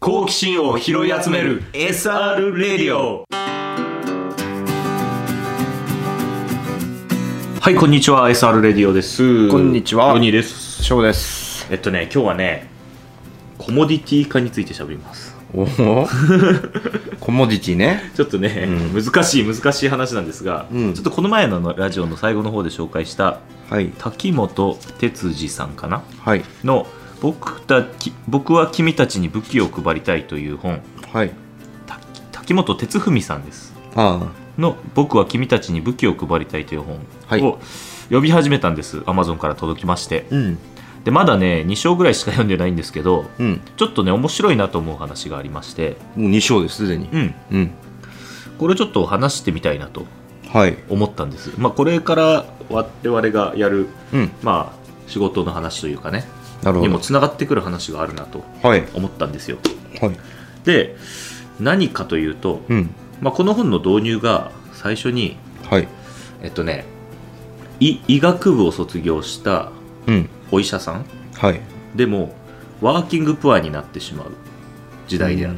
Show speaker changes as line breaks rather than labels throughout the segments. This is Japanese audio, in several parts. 好奇心を拾い集める SR レディオはいこんにちは SR レディオです
こんにちは
ロニーです
翔です
えっとね今日はねコモディティ化について喋ります
おお コモディティね
ちょっとね、難しい難しい話なんですが、
うん
ちょっとこの前のラジオの最後の方で紹介した
はい
滝本哲司さんかな
はい
の僕たき僕は君たちに武器を配りたい」という本
はい
た滝本哲文さんです
あ
の「僕は君たちに武器を配りたい」という本
はい
を呼び始めたんです、アマゾンから届きまして
あうん
でまだね2章ぐらいしか読んでないんですけど
うん
ちょっとね面白いなと思う話がありまして
もう2章ですすでに
うん
うん
これちょっと話してみたいなと
はい
思ったんですまあこれから我々がやる
うん
まあ仕事の話というかね
なる
に
ほ
も
ど
つながってくる話があるなと
はい
思ったんですよ
はい
で何かというと、
うん
まあ、この本の導入が最初に
はい
えっとね医医学部を卒業した
うん
お医者さん
はい
でもワーキングプアになってしまう時代である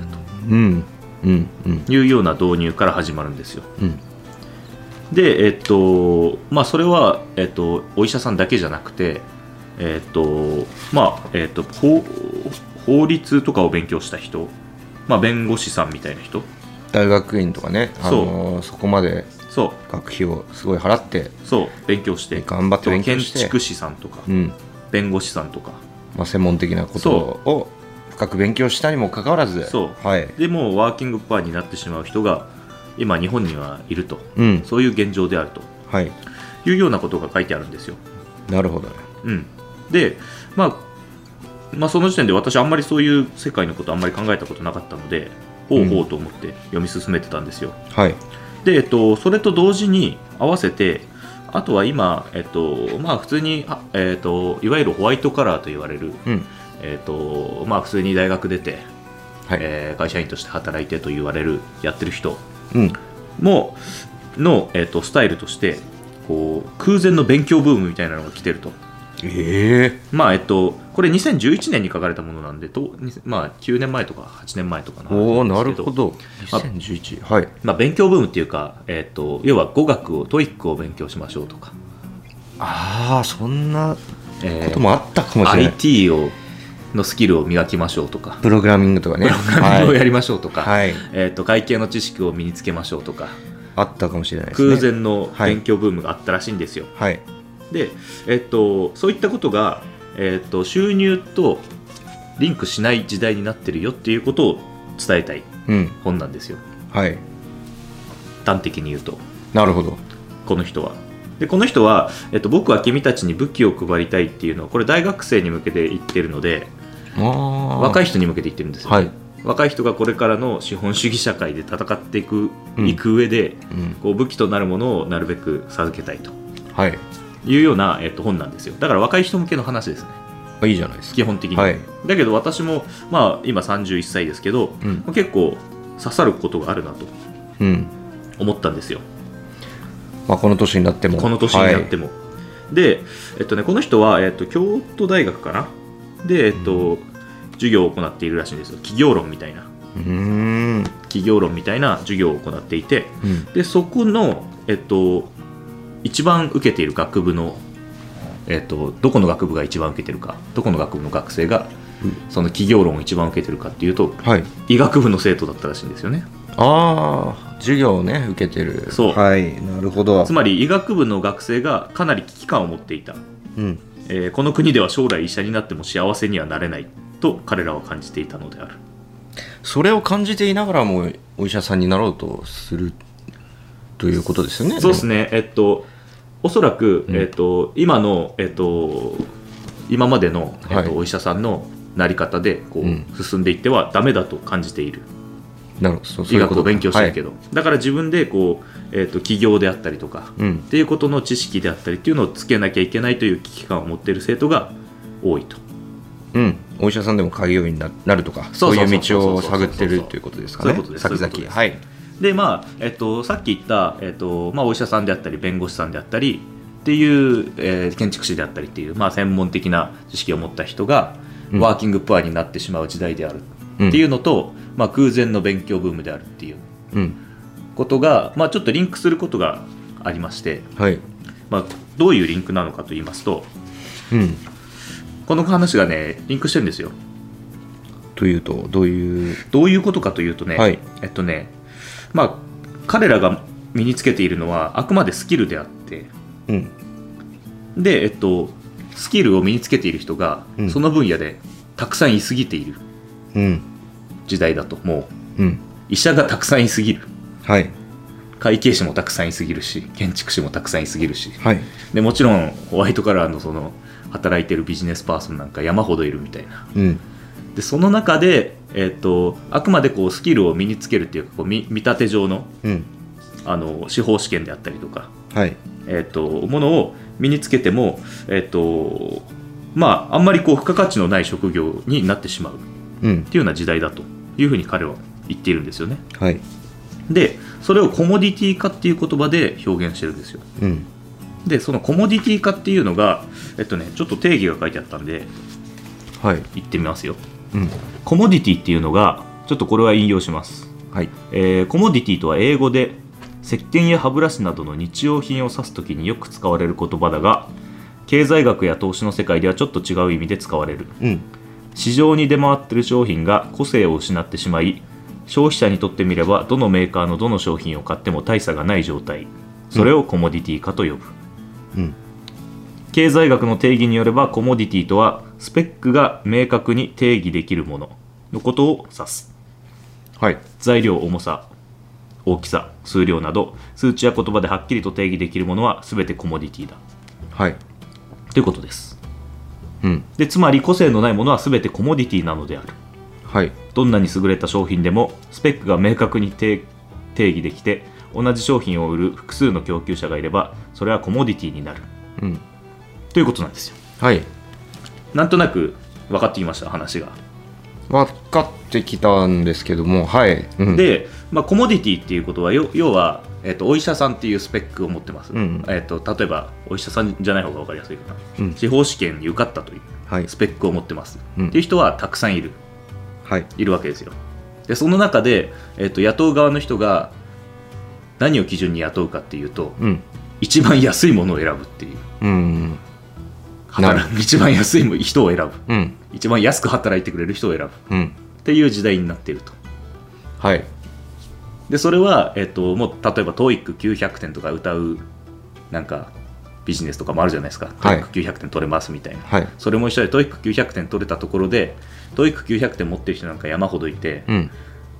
うんうんうん
というような導入から始まるんですよ
うん
でえっとまあそれは、えっと、お医者さんだけじゃなくてえっとまあえっと法法律とかを勉強した人まあ弁護士さんみたいな人
大学院とかねあのーそこまで
そう
学費をすごい払って
そう勉強して
頑張って勉強して
建築士さんとか、
うん
弁護士さんとか
まあ専門的なことを深く勉強したにもかかわらず
そう
はい
でもうワーキングパーになってしまう人が今日本にはいると
うん
そういう現状であると
はい
いうようなことが書いてあるんですよ、
なるほどね
うん、で、まあ、まあその時点で私あんまりそういう世界のことあんまり考えたことなかったのでほうほうと思って読み進めてたんですよ、
はい
で、えっと、それと同時に合わせてあとは今、えっとまあ、普通にあ、えっと、いわゆるホワイトカラーと言われる、
うん
えっとまあ、普通に大学出て、
はい
えー会社員として働いてと言われるやってる人
うん
もの、えっとスタイルとしてこう空前の勉強ブームみたいなのが来てると。
ええ
まあえっと、これ2011年に書かれたものなんでと、にまあ、9年前とか8年前とかの話んですけ
おおなるほど
あ
2011はい
まあ、勉強ブームっていうか、えっと要は語学をトイックを勉強しましょうとか、
ああそんな
えー
こともあったかもしれない、
IT をのスキルを磨きましょうとか、
プログラミングとかね
何を
はい
やりましょうとか、
はい
えー、と会計の知識を身につけましょうとか、
あったかもしれないですね
空前の
はい
勉強ブームがあったらしいんですよ。
はい
で、えっとそういったことが、えっと収入とリンクしない時代になってるよっていうことを伝えたい
うん
本なんですよ、
はい
端的に言うと、
なるほど
この人は。でこの人は、えっと、僕は君たちに武器を配りたいっていうのはこれ大学生に向けて言ってるので
ああ
若
い
い人に向けて言ってるんですよ、
はい
若い人がこれからの資本主義社会で戦っていく,、
うん
いく上で
うん
こう武器となるものをなるべく授けたいと
はい
いうような、えっと、本なんですよだから若い人向けの話ですね
あいいじゃないですか
基本的に、
はい
だけど私も、まあ、今31歳ですけど、
うん
まあ結構刺さることがあるなと
うん
思ったんですよ
まあこの年になっても
この年になっても、で、えっとね、この人は、えっと、京都大学かなで、えっと授業を行っているらしいんですよ企業論みたいな
はいうーん
企業論みたいな授業を行っていて
うん
でそこの、えっと、一番受けている学部の、えっと、どこの学部が一番受けてるかどこの学部の学生がその企業論を一番受けてるかっていうと
はい
医学部の生徒だったらしいんですよね
ああ授業をね受けてる
そう
はいなるほど
つまり医学部の学生がかなり危機感を持っていた
うん
えーこの国では将来医者になっても幸せにはなれないと彼らは感じていたのである
それを感じていながらもお医者さんになろうとするということですよね。
そうですねえっとおそらく、
うん
えっと、今の、えっと、今までの、えっと
はい
お医者さんのなり方でこう、
うん
進んでいってはダメだと感じている
なるほどそうそ
医
ういう
学
こと
を勉強してるけ
ど、
ど、だから自分でこう、えっと、起業であったりとか、
はいうん
っていうことの知識であったりっていうのをつけなきゃいけないという危機感を持っている生徒が多いと
うん、お医者さんでも開業医にななるとか
そ
そうう
そうそう
いう道を探ってるということですかね
そういうことですそういうこと
先
で
々
す
はい
でまあえっと、さっき言った、えっとまあ、お医者さんであったり弁護士さんであったりっていう、えー建築士であったりっていう、まあ、専門的な知識を持った人が
うん
ワーキングプアになってしまう時代である
うん
っていうのと、まあ、偶然の勉強ブームであるっていう
うん
ことが、まあ、ちょっとリンクすることがありまして、
はい
まあ、どういうリンクなのかと言いますと
うん
この話がねリンクしてるんですよ
というとどういう
どういうことかというとね、
はい
えっとねまあ彼らが身につけているのはあくまでスキルであって
うん
でえっとスキルを身につけている人が、
うん
その分野でたくさんいすぎている
うん
時代だともう
うん
医者がたくさんいすぎる
はい
会計士もたくさんいすぎるし建築士もたくさんいすぎるし
はい
でもちろんホワイトカラーのその働いてるビジネスパーソンなんか山ほどいるみたいな
うん
でその中で、えっとあくまでこうスキルを身につけるっていうかこう見見立て上の
うん
あの司法試験であったりとか、
はい
えっとものを身につけても、えっとまあ、あんまりこう付加価値のない職業になってしまうっ
うん
ていうような時代だというふうに彼は言っているんですよね。
はい
でそれをコモディティ化っていう言葉で表現してるんですよ。
うん
でそのコモディティ化っていうのが、えっとね、ちょっと定義が書いてあったんで
はい
言ってみますよ。
うん
コモディティっていうのがちょっとこれは引用します。
はい
えーコモディティとは英語で石鹸や歯ブラシなどの日用品を指す時によく使われる言葉だが経済学や投資の世界ではちょっと違う意味で使われる
うん
市場に出回ってる商品が個性を失ってしまい消費者にとってみればどのメーカーのどの商品を買っても大差がない状態それをコモディティ化と呼ぶ、
うん
経済学の定義によればコモディティとはスペックが明確に定義できるもののことを指す
はい
材料重さ大きさ数量など数値や言葉ではっきりと定義できるものは全てコモディティだ
はい
ということです
うん
でつまり個性のないものは全てコモディティなのである
はい
どんなに優れた商品でもスペックが明確に定定義できて同じ商品を売る複数の供給者がいればそれはコモディティになる
うん
ということなんですよ
はい
なんとなく分かってきました話が
分かってきたんですけどもはい、うん、
で、まあ、コモディティっていうことはよ要は、えっとお医者さんっていうスペックを持ってます、
うん
えっと例えばお医者さんじゃない方が分かりやすいかな、
うん
司法試験に受かったとい
はいう
スペックを持ってます、
うん
っていう人はたくさんいる
はい
いるわけですよでその中で、えっと雇う側の人が何を基準に雇うかっていうと、
うん
一番安いものを選ぶっていう
うん
働く一番安い人を選ぶ
うん
一番安く働いてくれる人を選ぶっ
うん
ていう時代になっていると
はい
でそれは、えっともう例えば TOEIC900 点とか歌うなんかビジネスとかもあるじゃないですか
はい
TOEIC900 点取れますみたいな、
はい
それも一緒で TOEIC900 点取れたところで TOEIC900 点持ってる人なんか山ほどいて、
うん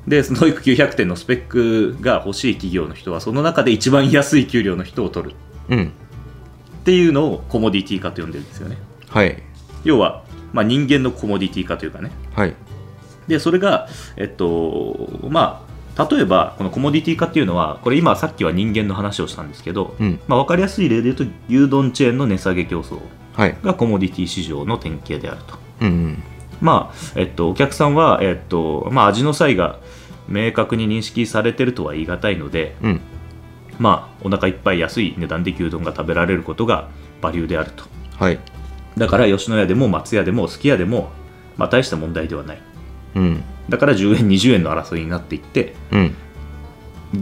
でその TOEIC900 点のスペックが欲しい企業の人はその中で一番安い給料の人を取る
うん
っていうのをコモディティ化と呼んでるんですよね
はい
要は、まあ、人間のコモディティ化というかね
はい
でそれが、えっとまあ、例えばこのコモディティ化っていうのはこれ今さっきは人間の話をしたんですけど、
うん
まあ、分かりやすい例で言うと牛丼チェーンの値下げ競争
はい
がコモディティ市場の典型であると、
うん
まあえっと、お客さんは、えっとまあ、味の際が明確に認識されてるとは言い難いので、
うんうん
まあ、お腹いっぱい安い値段で牛丼が食べられることがバリューであると
はい
だから吉野家でも松屋でもすき家でも、まあ、大した問題ではない
うん
だから10円20円の争いになっていって
うん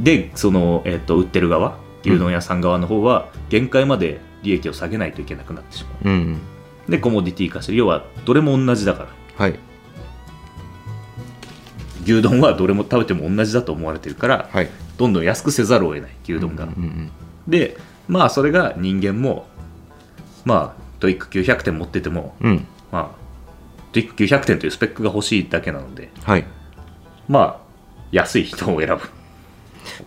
でその、えっと売ってる側牛丼屋さん側の方は限界まで利益を下げないといけなくなってしま
うん
うでコモディティ化して要はどれも同じだから
はい
牛丼はどれも食べても同じだと思われてるから
はい
どんどん安くせざるを得ない牛丼が、
うんうん
でまあそれが人間もまあトイック900点持ってても
うん
まあトイック900点というスペックが欲しいだけなので
はい
まあ安い人を選ぶ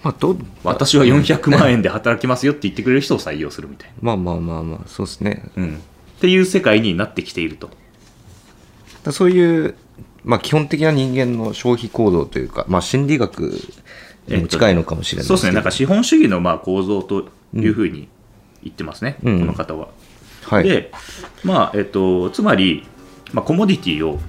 まあど
私は400万円で働きますよって言ってくれる人を採用するみたいな
まあまあまあまあそうですね
うん、っていう世界になってきていると。
だそういうまあ基本的な人間の消費行動というかまあ心理学にも近いのかもしれない
そうですね、なんか資本主義のまあ構造というふうに言ってますね、
うん
この方は。
はい
で、まあえっと、つまり、まあ、コモディティを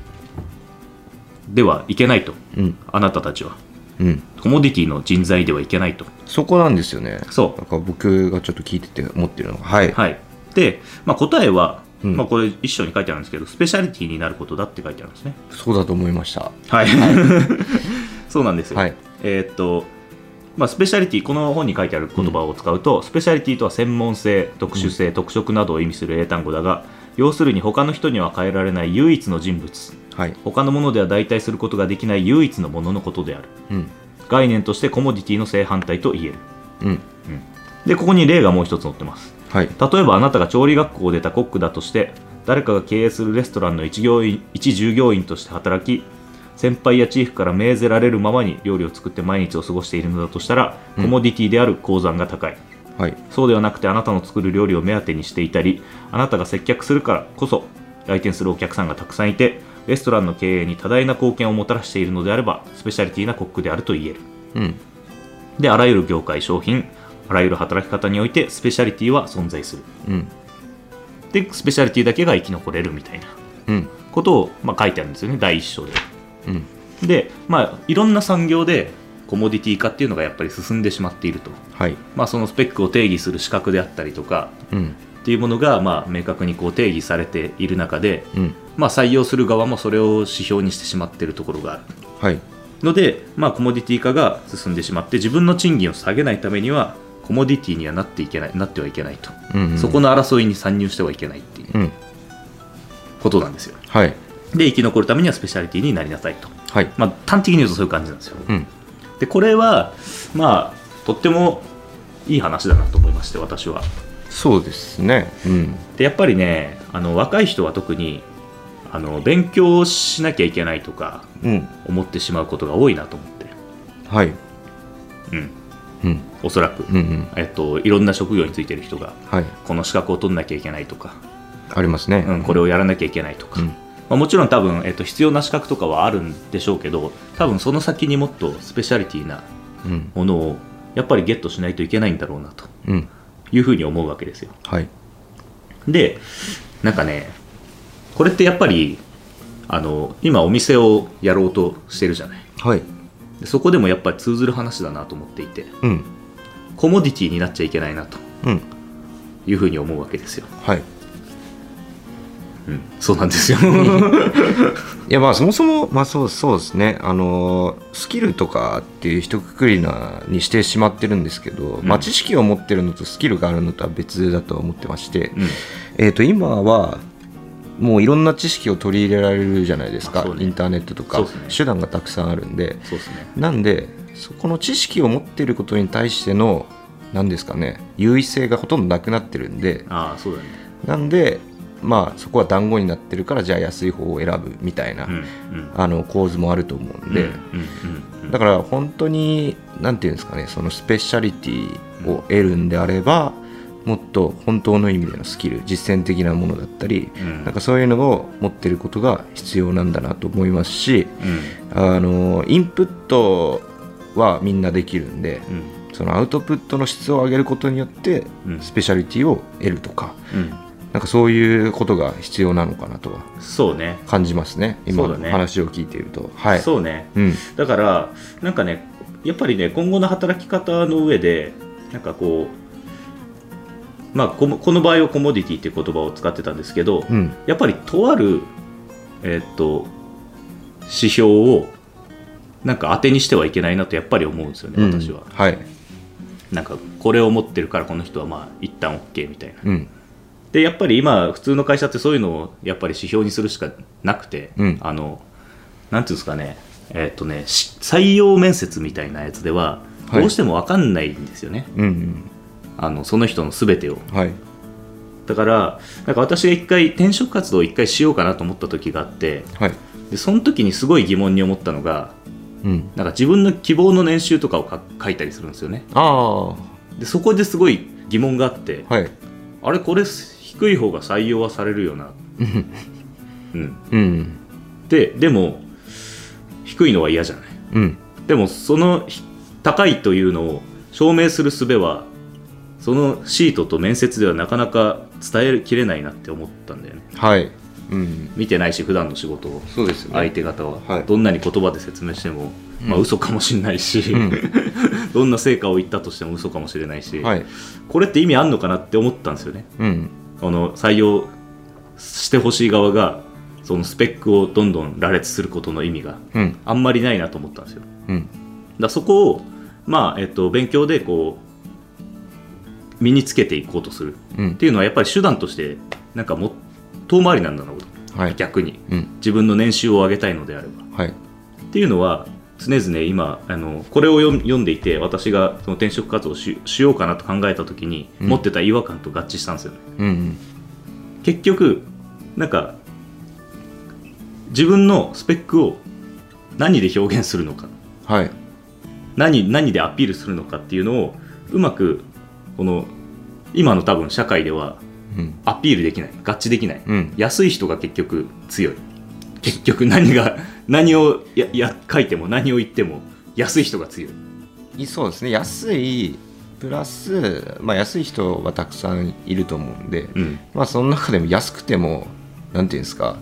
ではいけないと、
うん
あなたたちは。
うん
コモディティの人材ではいけないと。
そこなんですよね
そう
なんか僕がちょっと聞いてて思ってるのがはい
はい、で、まあ、答えは、
うん
まあ、これ一章に書いてあるんですけどスペシャリティになることだって書いてあるんですね
そうだと思いました。
はい そうなんですよ、
はい。
えーっとまあ、スペシャリティこの本に書いてある言葉を使うと、スペシャリティとは専門性特殊性、特色などを意味する英単語だが要するに他の人には変えられない唯一の人物
はい。
他のものでは代替することができない唯一のもののことである
うん。
概念としてコモディティの正反対と言える
うん。
でここに例がもう一つ載ってます
はい。
例えばあなたが調理学校を出たコックだとして誰かが経営するレストランの一業員一従業員として働き先輩やチーフから命ぜられるままに料理を作って毎日を過ごしているのだとしたら、
うん
コモディティである鉱山が高い
はい。
そうではなくてあなたの作る料理を目当てにしていたりあなたが接客するからこそ来店するお客さんがたくさんいてレストランの経営に多大な貢献をもたらしているのであればスペシャリティなコックであると言える
うん。
であらゆる業界商品あらゆる働き方においてスペシャリティは存在する
うん。
でスペシャリティだけが生き残れるみたいな
うん。
ことを、まあ、書いてあるんですよね第一章で
うん。
でまあいろんな産業でコモディティ化っていうのがやっぱり進んでしまっていると、
はい。
まあ、そのスペックを定義する資格であったりとか
うん。
っていうものが、まあ、明確にこう定義されている中で、
うん。
まあ、採用する側もそれを指標にしてしまっているところがある
はい。
ので、まあ、コモディティ化が進んでしまって自分の賃金を下げないためにはコモディティにはなっていけないなってはいけないと、
うん。
そこの争いに参入してはいけないっていう
うん。
ことなんですよ
はい。
で生き残るためにはスペシャリティになりなさいと、
はい。
まあ、端的に言うとそういう感じなんですよ、
うん。
でこれはまあとってもいい話だなと思いまして私は
そうですね。うん。
でやっぱりねあの若い人は特にあの勉強しなきゃいけないとか
うん。
思ってしまうことが多いなと思って
はい。
うん
うん。
おそらく、
うん。うん。
えっと、いろんな職業についてる人が
はい。
この資格を取んなきゃいけないとか、
ありますね。
うん、これをやらなきゃいけないとか、
うん
まあ、もちろん多分、えっと、必要な資格とかはあるんでしょうけど多分その先にもっとスペシャリティな
うん。
ものをやっぱりゲットしないといけないんだろうなと
うん。
いうふうに思うわけですよ
はい。
でなんかねこれってやっぱりあの今お店をやろうとしてるじゃない
はい。
でそこでもやっぱり通ずる話だなと思っていて
うん。
コモディティになっちゃいけないなと
うん。
いうふうに思うわけですよ、
はい。
うん、そうなんですよ
いやまあそもそも、まあ、そうそうですねあのースキルとかっていう一括りなにしてしまってるんですけど、
ん
まあ、知識を持ってるのとスキルがあるのとは別だとは思ってまして、
うん
えー、と今はもういろんな知識を取り入れられるじゃないです
あ
か、
そうね
インターネットとか、
そうですね
手段がたくさんあるんで
そうですね
なんでそこの知識を持ってることに対しての何ですかね優位性がほとんどなくなってるんで
ああそうだね
なんでまあそこは団子になってるからじゃあ安い方を選ぶみたいな。
うんうん
あの構図もあると思うんで、
うんうんうん
だから本当に何て言うんですかねそのスペシャリティを得るんであれば、もっと本当の意味でのスキル実践的なものだったり、
うん
なんかそういうのを持ってることが必要なんだなと思いますし
うん
あのインプットはみんなできるんで
うん
そのアウトプットの質を上げることによって
うん
スペシャリティを得るとか
うん
なんかそういうことが必要なのかなとは
そうね
感じますね
そ
今
う
の
だね
話を聞いていると。はい
そうね
うん
だからなんかねやっぱりね今後の働き方の上でなんかこうまあこのこの場合はコモディティっていう言葉を使ってたんですけど、
うん
やっぱりとあるえーっと指標をなんか当てにしてはいけないなとやっぱり思うんですよね、私は
うん、はい、
なんかこれを持ってるからこの人はまあ一旦 OK みたいな
うん、
でやっぱり今普通の会社ってそういうのをやっぱり指標にするしかなくて、
うん
あのなんていうんですかねえーっとねし採用面接みたいなやつでは
はい
どうしても分かんないんですよね、
うん
あのその人の全てを
うんはい
だからなんか私が一回転職活動を一回しようかなと思った時があって
はい
でその時にすごい疑問に思ったのが
うん
なんか自分の希望の年収とかをか書いたりするんですよね
ああは
でそこですごい疑問があって
い
あれこれ低い方が採用はされるよなうん
うん
ででも低いのは嫌じゃない
うん
でもそのひ高いというのを証明する術はそのシートと面接ではなかなか伝えきれないなって思ったんだよね
はいうん
見てないし普段の仕事を
そうですよね
相手方
は
はいどんなに言葉で説明しても、まあ
うん
嘘かもしれないし、
うん
どんな成果を言ったとしても嘘かもしれないし、
はい
これって意味あんのかなって思ったんですよね
うん
この採用してほしい側がそのスペックをどんどん羅列することの意味が
うん
あんまりないなと思ったんですよ。
うん
だからそこを、まあえっと、勉強でこう身につけていこうとする
う
っ
ん
ていうのはやっぱり手段としてなんかもっ遠回りなんだろうと、
はい
逆に
うん
自分の年収を上げたいのであれば。
は
っ
い
ていうのは常々今あのこれを読読んでいて私がその転職活動をししようかなと考えた時に、
うん
持ってた違和感と合致したんですよね。
うん
結局なんか自分のスペックを何で表現するのか
はい
何何でアピールするのかっていうのをうまくこの今の多分社会では
うん
アピールできない合致できない、
うん
安い人が結局強い結局何が 何をやや書いても何を言っても安い人が強い
いそうですね安いプラス、まあ、安い人はたくさんいると思うんで、
うん
まあその中でも安くてもなんていうんですか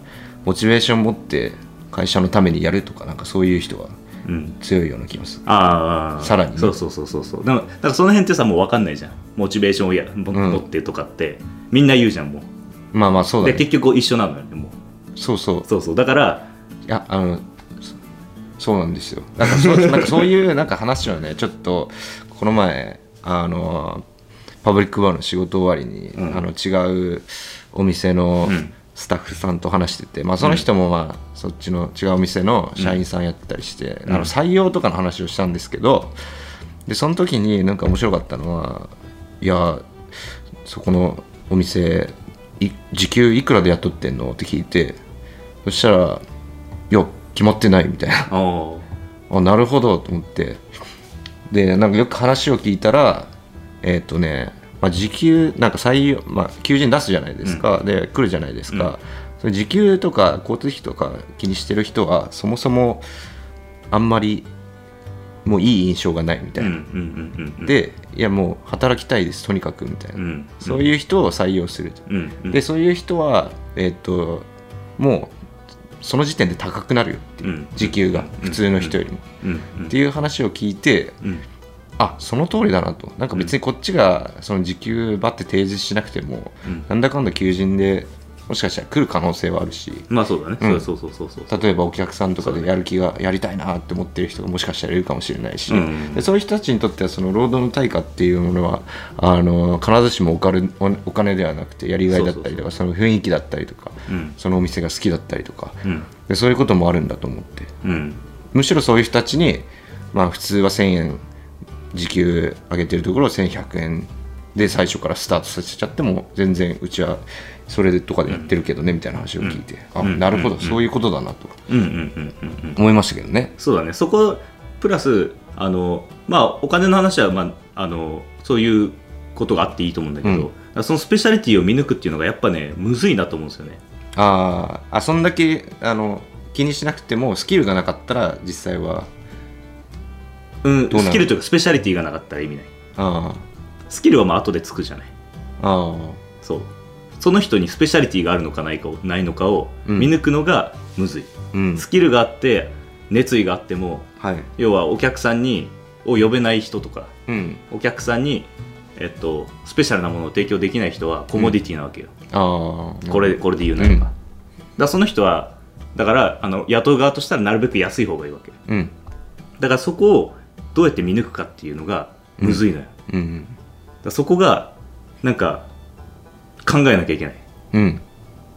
モチベーション持って会社のためにやるとかなんかそういう人は
うん
強いような気がする
ああ
さらにね
そうそうそうそうそうだからだからその辺ってさもう分かんないじゃんモチベーションをやも
うん
持ってとかって、みんな言うじゃんもう
まあまあそうだ
で
ね
結局一緒なのよねもう
そうそう
そうそうだから
いやあのそそうなんですよなんかそう なんかそういうなんか話をねちょっとこの前あのパブリックバーの仕事終わりに、
うん
あの違うお店の
うん
スタッフさんと話してて、まあ、その人も、まあ、そっちの違うお店の社員さんやってたりして、
うん
あの採用とかの話をしたんですけどでその時になんか面白かったのはいやそこのお店い時給いくらで雇ってんのって聞いてそしたら「いや決まってない」みたいな
ああ
あなるほどと思ってでなんかよく話を聞いたらえっ、とね、まあ、時給なんか採用、まあ、求人出すじゃないですか、で来るじゃないですか、それ時給とか交通費とか気にしてる人はそもそもあんまりもういい印象がないみた
う
い
んう
な、
んうんうん
でいやもう働きたいですとにかくみたいな、
うん
そういう人を採用すると、
うんうん
でそういう人はえっ、ともうその時点で高くなるよっていう、
うん
時給が普通の人よりも、
うんうん
っていう話を聞いて
うん
あその通りだなとなんか別にこっちがその時給ばって提示しなくても、
うん
なんだかんだ求人でもしかしたら来る可能性はあるし
まあそうだね、
うん
そうそうそうそうそう
例えばお客さんとかでやる気がやりたいなって思ってる人がもしかしたらいるかもしれないし、
うん
でそういう人たちにとってはその労働の対価っていうものはあの必ずしもおかるおお金ではなくてやりがいだったりとかその雰囲気だったりとか
うん
そのお店が好きだったりとか
うん
でそういうこともあるんだと思って
うん
むしろそういう人たちに、まあ、普通は1000円時給上げてるところを1100円で最初からスタートさせちゃっても全然うちはそれとかでやってるけどねみたいな話を聞いて、
うん
あ
うん
なるほど、
うん
そういうことだなと
うんうんうんうんうん
思いましたけどね
そうだねそこプラスあのまあお金の話は、まあ、あのそういうことがあっていいと思うんだけど、
うん
だからそのスペシャリティを見抜くっていうのがやっぱねむずいなと思うんですよね
あーあそんだけあの気にしなくてもスキルがなかったら実際は
うん
どうなの
スキルというかスペシャリティがなかったら意味ない
あ
スキルはまあ後でつくじゃない
ーあー
そうその人にスペシャリティがあるのかないかをないのかを
うん
見抜くのがむずい、
うん
スキルがあって熱意があっても
はい
要はお客さんにを呼べない人とか
うん
お客さんに、えっと、スペシャルなものを提供できない人はコモディティなわけよ、
ああ
これこれで言うならば、だからその人はだからあの雇う側としたらなるべく安い方がいいわけ
うん
だからそこをどうやって見抜くかっていうのがむずいのよ、だか
うん
らそこがなんか考えなきゃいけない
うん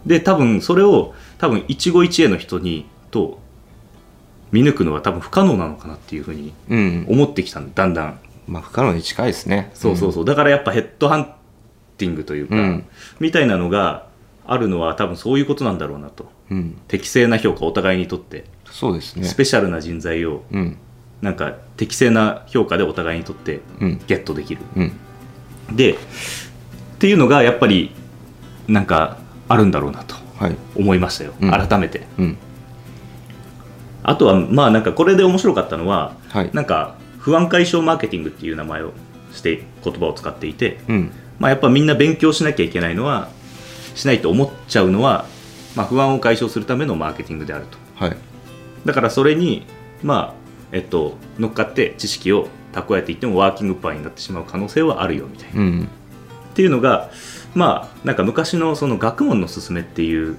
で多分それを多分一期一会の人にと見抜くのは多分不可能なのかなっていうふうに
うん
思ってきたんだだんだん
まあ不可能に近いですね
そうそうそう、だからやっぱヘッドハンティングというか、
うん
みたいなのがあるのは多分そういうことなんだろうなと
うん、うん
適正な評価お互いにとって
そうですね
スペシャルな人材を
うん
なんか適正な評価でお互いにとって
うん
ゲットできる。
うん
でっていうのがやっぱりなんかあるんだろうなと
はい
思いましたよ、
うん
改めて。
うん
あとはまあなんかこれで面白かったのは
はい
なんか不安解消マーケティングっていう名前をして言葉を使っていて、
うん
まあ、やっぱみんな勉強しなきゃいけないのはしないと思っちゃうのは、まあ、不安を解消するためのマーケティングであると。
はい
だからそれに、まあえっと、乗っかって知識を蓄えていってもワーキングパーになってしまう可能性はあるよみたいな
うん
っていうのがまあなんか昔のその学問の勧めっていう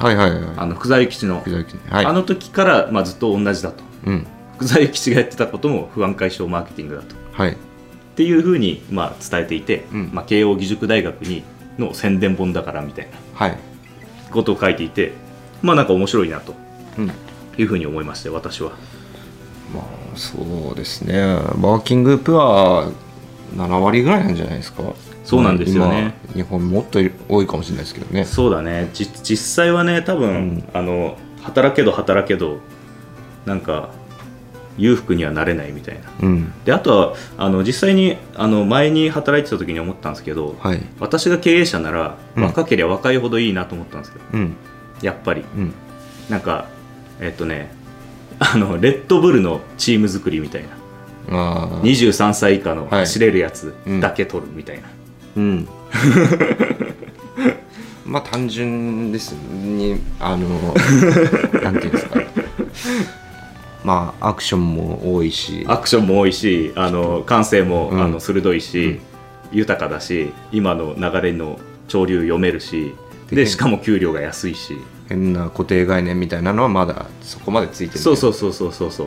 はいはいはい
あの福沢諭吉の、
福沢諭吉はい
あの時から、まあ、ずっと同じだと
うん
福沢諭吉がやってたことも不安解消マーケティングだと
はい
っていうふうに、まあ、伝えていて、
うん
まあ、慶應義塾大学にの宣伝本だからみたいな
はい
ことを書いていてまあなんか面白いなと
うん
いうふうに思いまして私は
まあそうですねワーキングプア7割ぐらいなんじゃないですか
そうなんですよね
今日本もっと多いかもしれないですけどね
そうだねじ実際はね多分、あの働けど働けどなんか裕福にはなれないみたいな
うん
であとはあの実際にあの前に働いてた時に思ったんですけど、
はい
私が経営者なら
うん
若ければ若いほどいいなと思ったんですけど、
うん
やっぱり
うん
なんかえっとねあのレッドブルのチーム作りみたいな
ああ
23歳以下の
はい
走れるやつ
うん
だけ取るみたいな、
うん まあ単純ですにあ のなんていうんですかまあアクションも多いし
アクションも多いしあの感性も、
うん
あの鋭いし、豊かだし今の流れの潮流読めるしで
で
しかも給料が安いし
変な固定概念みたいなのはまだそこまでついてない
そうそうそうそうそうそう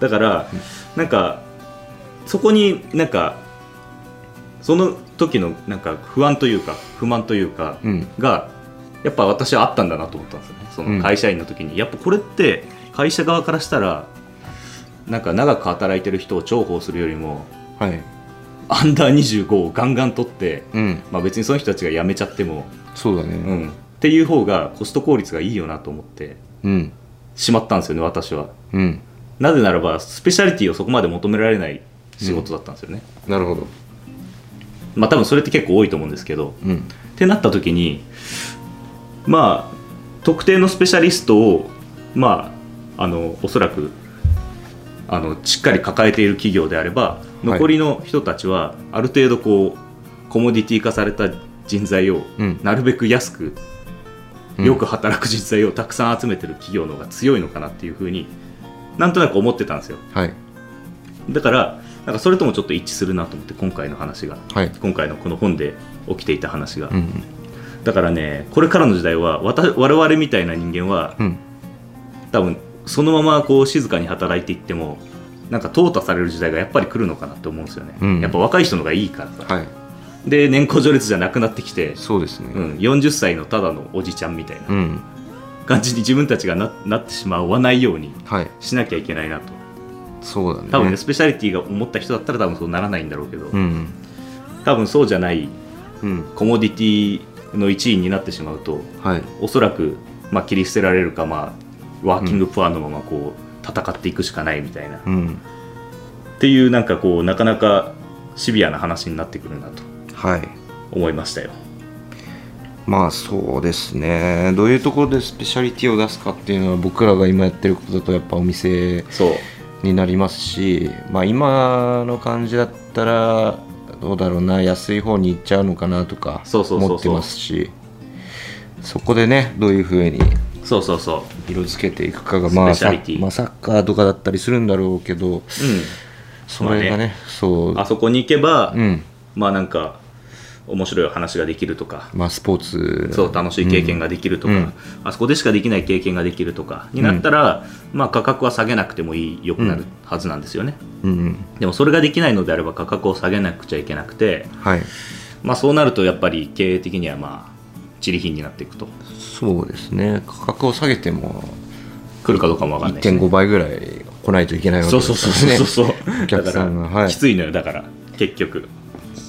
だから、なんかそこになんかその時のなんか不安というか不満というか
うん
が、やっぱ私はあったんだなと思ったんですよねそ
うん
の会社員の時に、やっぱこれって会社側からしたらなんか長く働いてる人を重宝するよりも
はい
アンダー25をガンガン取って、
うん
まあ、別にその人たちが辞めちゃっても、
そうだ
う
ね
ん、っていう方がコスト効率がいいよなと思って
うん
しまったんですよね私は。
うん
なぜならばスペシャリティをそこまで求められない仕事だったんですよね、
なるほど
まあ多分それって結構多いと思うんですけど
うん
ってなった時にまあ特定のスペシャリストをまああのおそらくあのしっかり抱えている企業であれば残りの人たちはある程度こうコモディティ化された人材を
うん
なるべく安く
うん
よく働く人材をたくさん集めてる企業の方が強いのかなっていうふうになんとなく思ってたんですよ。
はい
だからなんかそれともちょっと一致するなと思って今回の話が
はい
今回のこの本で起きていた話が、
うん
だからねこれからの時代はわた我々みたいな人間は
うん
多分そのままこう静かに働いていってもなんか淘汰される時代がやっぱり来るのかなって思うんですよね、
うん
やっぱ若い人のがいいからさ、
はい
で年功序列じゃなくなってきて、
そうですね
うん、40歳のただのおじちゃんみたいな
うん
感じに自分たちがななってしまわないように
はい
しなきゃいけないなと
そうだね
多分ね、スペシャリティが思った人だったら多分そうならないんだろうけど、
うん
多分そうじゃない
うん
コモディティの一位になってしまうと
はい
おそらく、まあ、切り捨てられるか、まあ、ワーキングプアのままこう戦っていくしかないみたいな、
う
っ
ん
ていうなんかこうなかなかシビアな話になってくるなと
はい
思いましたよ
まあそうですねどういうところでスペシャリティを出すかっていうのは僕らが今やってることだとやっぱお店
そう
になりますしまあ今の感じだったらどうだろうな安い方に行っちゃうのかなとか
そうそうそ
思
う
っ
そ
て
う
ますしそこでねどういうふうに
そうそうそう
色付けていくかがま
スペ
あ
シ
サ
ャリティ
ッ,、まあ、サッカーとかだったりするんだろうけどそれが
まあ
ねそう
うんあそこに行けば、
うん
まあなんか面白い話ができるとか
まあスポーツ
そう楽しい経験ができるとか、
うん
あそこでしかできない経験ができるとかになったら、まあ価格は下げなくてもいい良くなるはずなんですよね、
うん
でもそれができないのであれば価格を下げなくちゃいけなくて、
はい
まあ、そうなるとやっぱり経営的にはまあ一利品になっていくと
そうですね価格を下げても
来るかどうかもわかんないし
1.5倍ぐらい来ないといけないわけ
そう
です
そうそうそうそ
から
う
お
だ
客
か
さ
ら、
んがはい
きついのよだから結局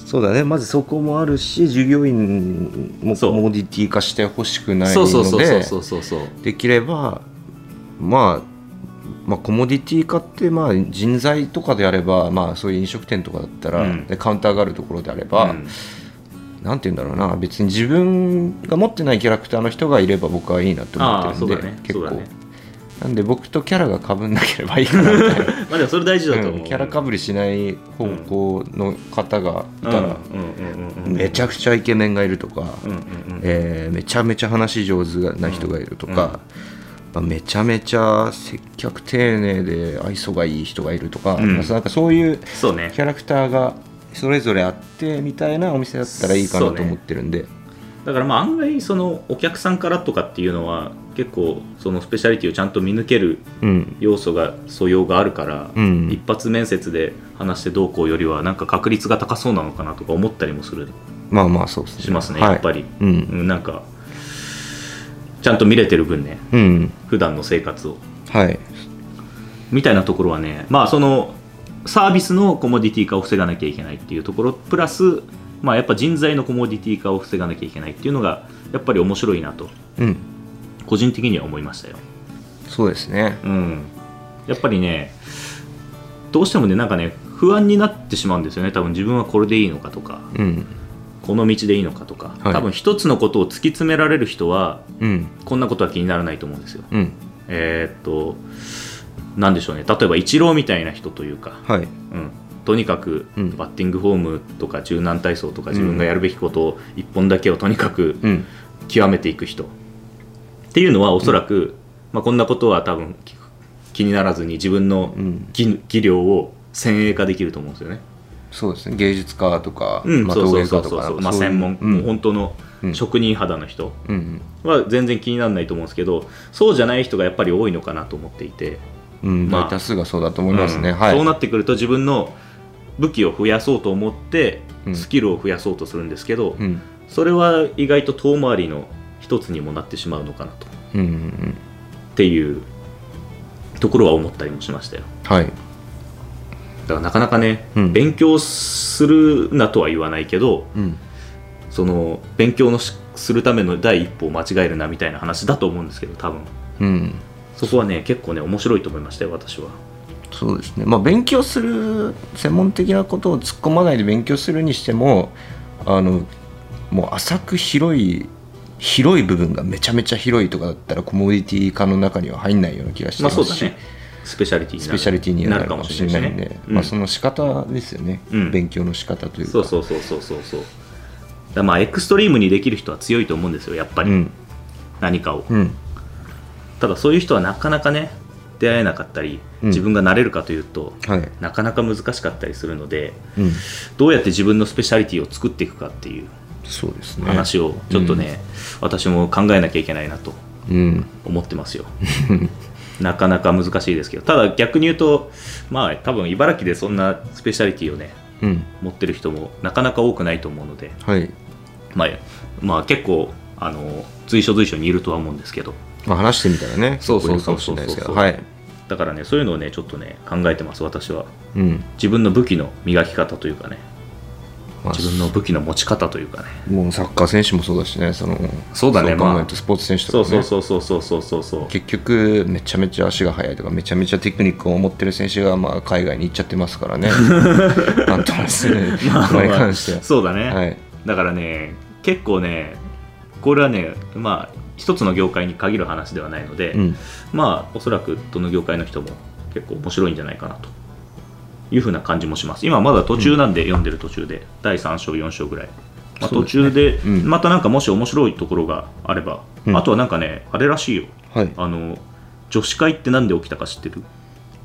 そうだねまずそこもあるし従業員も
そう
モディティ化してほしくない
そうそう
の
そうそう
で
そうそうそう
できれば、まあ、まあコモディティ化ってまあ人材とかであれば、まあ、そういう飲食店とかだったら、
うん
でカウンターがあるところであれば、
うん
なんて言うんだろうな別に自分が持ってないキャラクターの人がいれば僕はいいなと思
あ
っ
あ
て
そう
るん
だ
で、
ね
結
そう
構
だね
なんで僕とキャラが被んなければいいかなみたいな。
まあでもそれ大事だと思う、
うんキャラかぶりしない方向の方がいたら、
うんうんうんうんうん
めちゃくちゃイケメンがいるとか、
うんうんうん
えーめちゃめちゃ話し上手な人がいるとか、まあめちゃめちゃ接客丁寧で愛想がいい人がいるとか,、
うん
まあなんかそういう
そうね
キャラクターがそれぞれあってみたいなお店だったらいいかな
そう
と
ね
思ってるんで、
だからまあ案外そのお客さんからとかっていうのは結構そのスペシャリティをちゃんと見抜ける
うん
要素が素養があるから、
うん
一発面接で話してどうこうよりはなんか確率が高そうなのかなとか思ったりもする
まあまあそうですね
しますね、
はい
やっぱり、
うん
うんなんかちゃんと見れてる分ね
うん
普段の生活を
はい
みたいなところはねまあそのサービスのコモディティ化を防がなきゃいけないっていうところプラスまあやっぱ人材のコモディティ化を防がなきゃいけないっていうのがやっぱり面白いなと
うん
個人的には思いましたよ
そうですね
うん、やっぱりねどうしてもねなんかね不安になってしまうんですよね多分自分はこれでいいのかとか
うん
この道でいいのかとか、
はい
多分一つのことを突き詰められる人は
うん
こんなことは気にならないと思うんですよ
うん
えーっとなんでしょうね例えばイチローみたいな人というか、
はい
うん、とにかく
うん
バッティングフォームとか柔軟体操とか自分がやるべきことを一本だけをとにかく
うん
極めていく人っていうのはおそらく、まあ、こんなことは多分気気にならずに自分の
うん
技,、技量を先鋭化できると思うんですよね。
そうですね芸術家とか、
うん、
まあ、
そう
陶
そう
芸
そ
家
う
と
そう
かなんか
まあ
そういう
専門、
うん
もう本当の
うん
職人肌の人
うん
は全然気にならないと思うんですけどそうじゃない人がやっぱり多いのかなと思っていて、
うん、
まあ
大多数がそうだと思いますね、
うん
はい
そうなってくると自分の武器を増やそうと思って
うん
スキルを増やそうとするんですけど、
うん
それは意外と遠回りの一つにもなってしまうのかなと。
うんうんうん
っていうところは思ったりもしましたよ
はい
だからなかなかね、
うん
勉強するなとは言わないけど
うん
その勉強のしするための第一歩を間違えるなみたいな話だと思うんですけど多分
うん
そこはね結構ね面白いと思いましたよ私は
そうですねまあ勉強する専門的なことを突っ込まないで勉強するにしてもあのもう浅く広い広い部分がめちゃめちゃ広いとかだったらコモディティ化の中には入んないような気がして
ま
ま
あそう
す
だ
し、
ねスペシャリティに
ス
な
ペ
る
シャリティには
な
な
る
る
か
か
も
も
し
し
れ
れ
な
ないい
し
んで、
ね
まあ、
うん
その仕方ですよね、
うん
勉強の仕方というか
そうそうそうそうそうそうだからまあエクストリームにできる人は強いと思うんですよやっぱり、
ん
何かを
うん
ただそういう人はなかなかね出会えなかったり
うん
自分がなれるかというと、
はい
なかなか難しかったりするので
うん
どうやって自分のスペシャリティを作っていくかっていう
そうですね
話をちょっとね、私も考えなきゃいけないなと
うん
思って ますよなかなか難しいですけどただ逆に言うとまあ多分茨城でそんなスペシャリティをね
うん
持ってる人もなかなか多くないと思うので、
はい
まあ、まあ結構あの随所随所にいるとは思うんですけど
まあ、話してみたらね
そうそうそう
結構いるかもしれないですけ
そ
ど
うそう
は
そう
い
だからねそういうのをねちょっとね考えてます私は
うん
自分の武器の磨き方というかね
まあ
自分の武器の持ち方というかね
もうサッカー選手もそうだしねその
そうだね
考えると
まあ
スポーツ選手とか、
そう
ね、
そうそうそうそうそうそうそう
結局めちゃめちゃ足が速いとかめちゃめちゃテクニックを持ってる選手がまあ海外に行っちゃってます からねなんとなくねこれに関しては、
そうだね、
はい、
だからね結構ねこれはねまあ一つの業界に限る話ではないので、
うん、
まあおそらくどの業界の人も結構面白いんじゃないかなというふうな感じもします今まだ途中なんで、読んでる途中で第3章4章ぐらい、まあ、
そ
途
うですね
中で
うん
またなんかもし面白いところがあれば、
うん
あとはなんかねあれらしいよ
はい
あの女子会ってなんで起きたか知ってる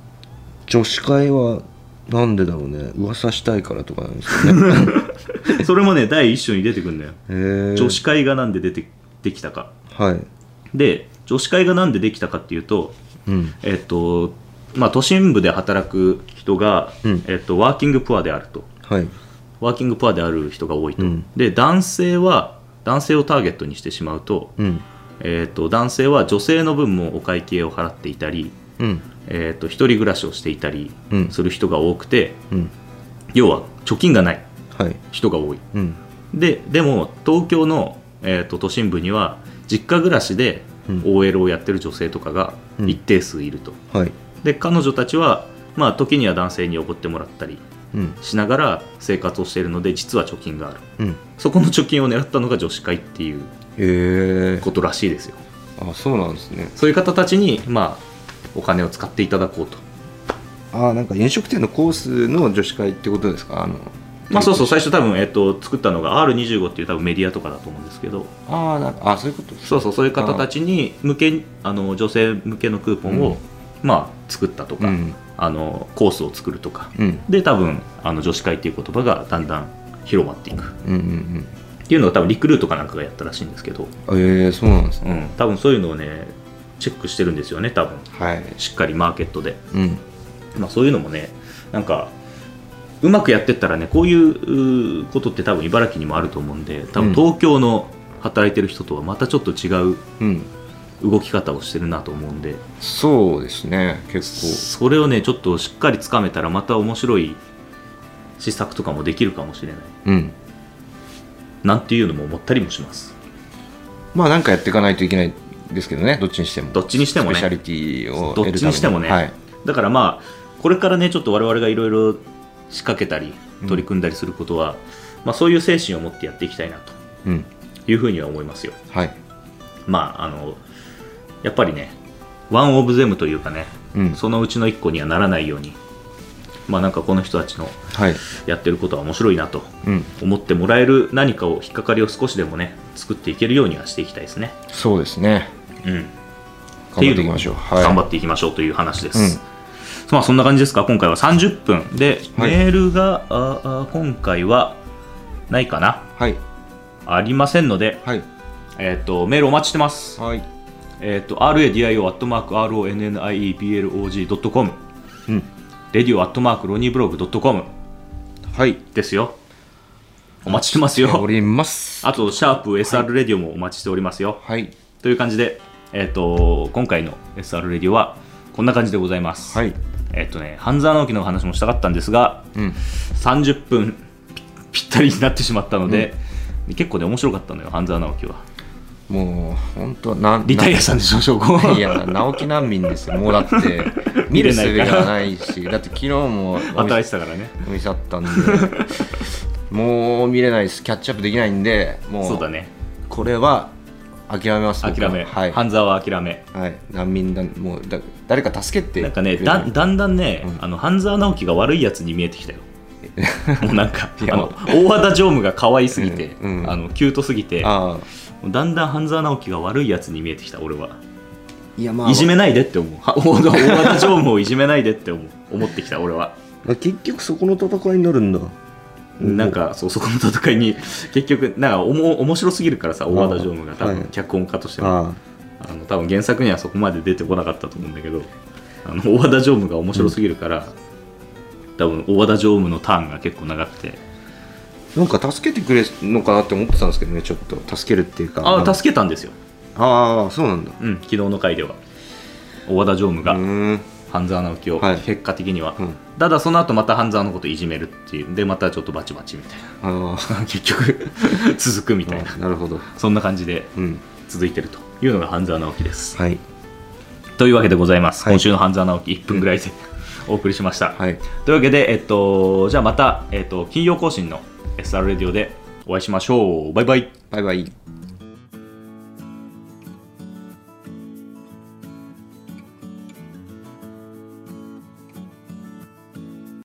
女子会はなんでだろうね噂したいからとかなんです かね
それもね第1章に出てくるんだよ
へー
女子会がなんで出てできたか
はい
で女子会がなんでできたかっていうと,、
うん
えっとまあ、都心部で働く人が、
うん
えっと、ワーキングプアであると
はい
ワーキングプアである人が多いと、
うん
で男性は男性をターゲットにしてしまうと,、
うん
えっと男性は女性の分もお会計を払っていたり、
うん
えっと一人暮らしをしていたり
うん
する人が多くて、
うん
要は貯金がない
はい
人が多い
うん
ででも東京の、えー、と都心部には実家暮らしで
うん
OL をやってる女性とかが
うん
一定数いると、
はい
で彼女たちは、まあ、時には男性におごってもらったり
うん
しながら生活をしているので実は貯金がある
うん
そこの貯金を狙ったのが女子会っていう
へえ
ことらしいですよ
あそうなんですね
そういう方たちに、まあ、お金を使っていただこうと、
あなんか飲食店のコースの女子会ってことですかあの
まあ、そうそう最初多分、えー、と作ったのが R25 っていう多分メディアとかだと思うんですけど
あーなんかあそういうことです
そうそうそういう方た
ち
ちに向けあの女性向けのクーポンを、
うん
まあ、作ったとか、
うん
あのコースを作るとか
うん
で多分あの女子会っていう言葉がだんだん広まっていく
うんうん
っていうのが多分リクルートかなんかがやったらしいんですけど、
うんええそうなんですね
うん、多分そういうのをねチェックしてるんですよね多分
はい
しっかりマーケットで、
うん
まあ、そういうのもねなんかうまくやってったらねこういううことって多分茨城にもあると思うんで多分東京の働いてる人とはまたちょっと違う
うん
動き方をしてるなと思うんで
そうですね結
それをねちょっとしっかりつかめたらまた面白い施策とかもできるかもしれない
構うん
なんていうのも思ったりもします
まあなんかやっていかないといけないですけどねどっちにしても
どっちにしてもね
スペシャリティを
ど
得
っ
るため
ちにしてもね、
はい
だからまあこれからねちょっと我々がいろいろ仕掛けたり取り組んだりすることは、まあ、そういう精神を持ってやっていきたいなと
うん
いうふうには思いますよ
はい
まああのやっぱりねワン・オブ・ゼムというかね、
うん
そのうちの一個にはならないようにまあなんかこの人たちの
はい
やってることは面白いなと
うん
思ってもらえる何かを引っかかりを少しでもね作っていけるようにはしていきたいですね
そうですね
うん
頑張っていきましょう
っていの
は
を
い
頑張っていきましょうという話です、
うん
まあ、そんな感じですか今回は30分で、
はい
メールがああ今回はないかな
はい
ありませんので、
はい
えー、とメールお待ちしてます、
はい
えー、と radio.ronnieblog.com
うん
radio.ronnieblog.com
はい
ですよお待ちしてますよ
おります
あとシャープ SR レディオもお待ちしておりますよ、
はい
という感じで、えー、と今回の SR レディオはこんな感じでございます、
はい
えっ、とね半沢直樹の話もしたかったんですが
うん
30分ぴぴったりになってしまったので、結構ね面白かったのよ半沢直樹は
もう本当な
リタイアさんでしょ証拠
いや、直樹難民ですよ、もうだって、見るすべがないし、だって昨日もお
働い
店
てたからね
お店あった んで、もう見れないです、キャッチアップできないんで、も
そうだね
これは諦めます、僕
諦
は
め、
はい、は
半沢は諦め
い、難民だ、もうだ誰か助けて、
なんかねだんだんだんね、
うん
あの半沢直樹が悪いやつに見えてきたよもうなんかあ
いや
の大和田常務が可愛すぎて、
うんうん
あのキュートすぎて
ああ
だんだん半沢直樹が悪いやつに見えてきた俺は、
いや、まあ、
いじめないでって思うは 大和田大和田常務をいじめないでって思う思ってきた俺は
まあ結局そこの戦いになるんだ。うん
なんかそうそこの戦いに結局なんかおも面白すぎるからさ大和田常務が多
は
分
い
脚本家としても
あ
あの多分原作にはそこまで出てこなかったと思うんだけどあの大和田常務が面白すぎるから、多分大和田常務のターンが結構長くて
あなんか助けてくれるのかなって思ってたんですけどね、ちょっと、助けるっていうか、
ああ
なんか
助けたんですよ、
ああ、そうなんだ。
うん、昨日の回では大和田常務
う
が
ーん
半沢直樹を
はい
結果的には、
うん
ただその後また半沢のこといじめるっていうでまたちょっとバチバチみたい
ああ
な 結 局続くみたいな
あなるほど。
そんな感じで
うん。
続いてるというのが半沢直樹です
はい。
というわけでございます、
はい
今週の半沢直樹1分ぐらいでお送りしました、
はい。
というわけで、えっと、じゃあまた、えっと、金曜更新の SR レディオでお会いしましょうバイバイ
バイバイ。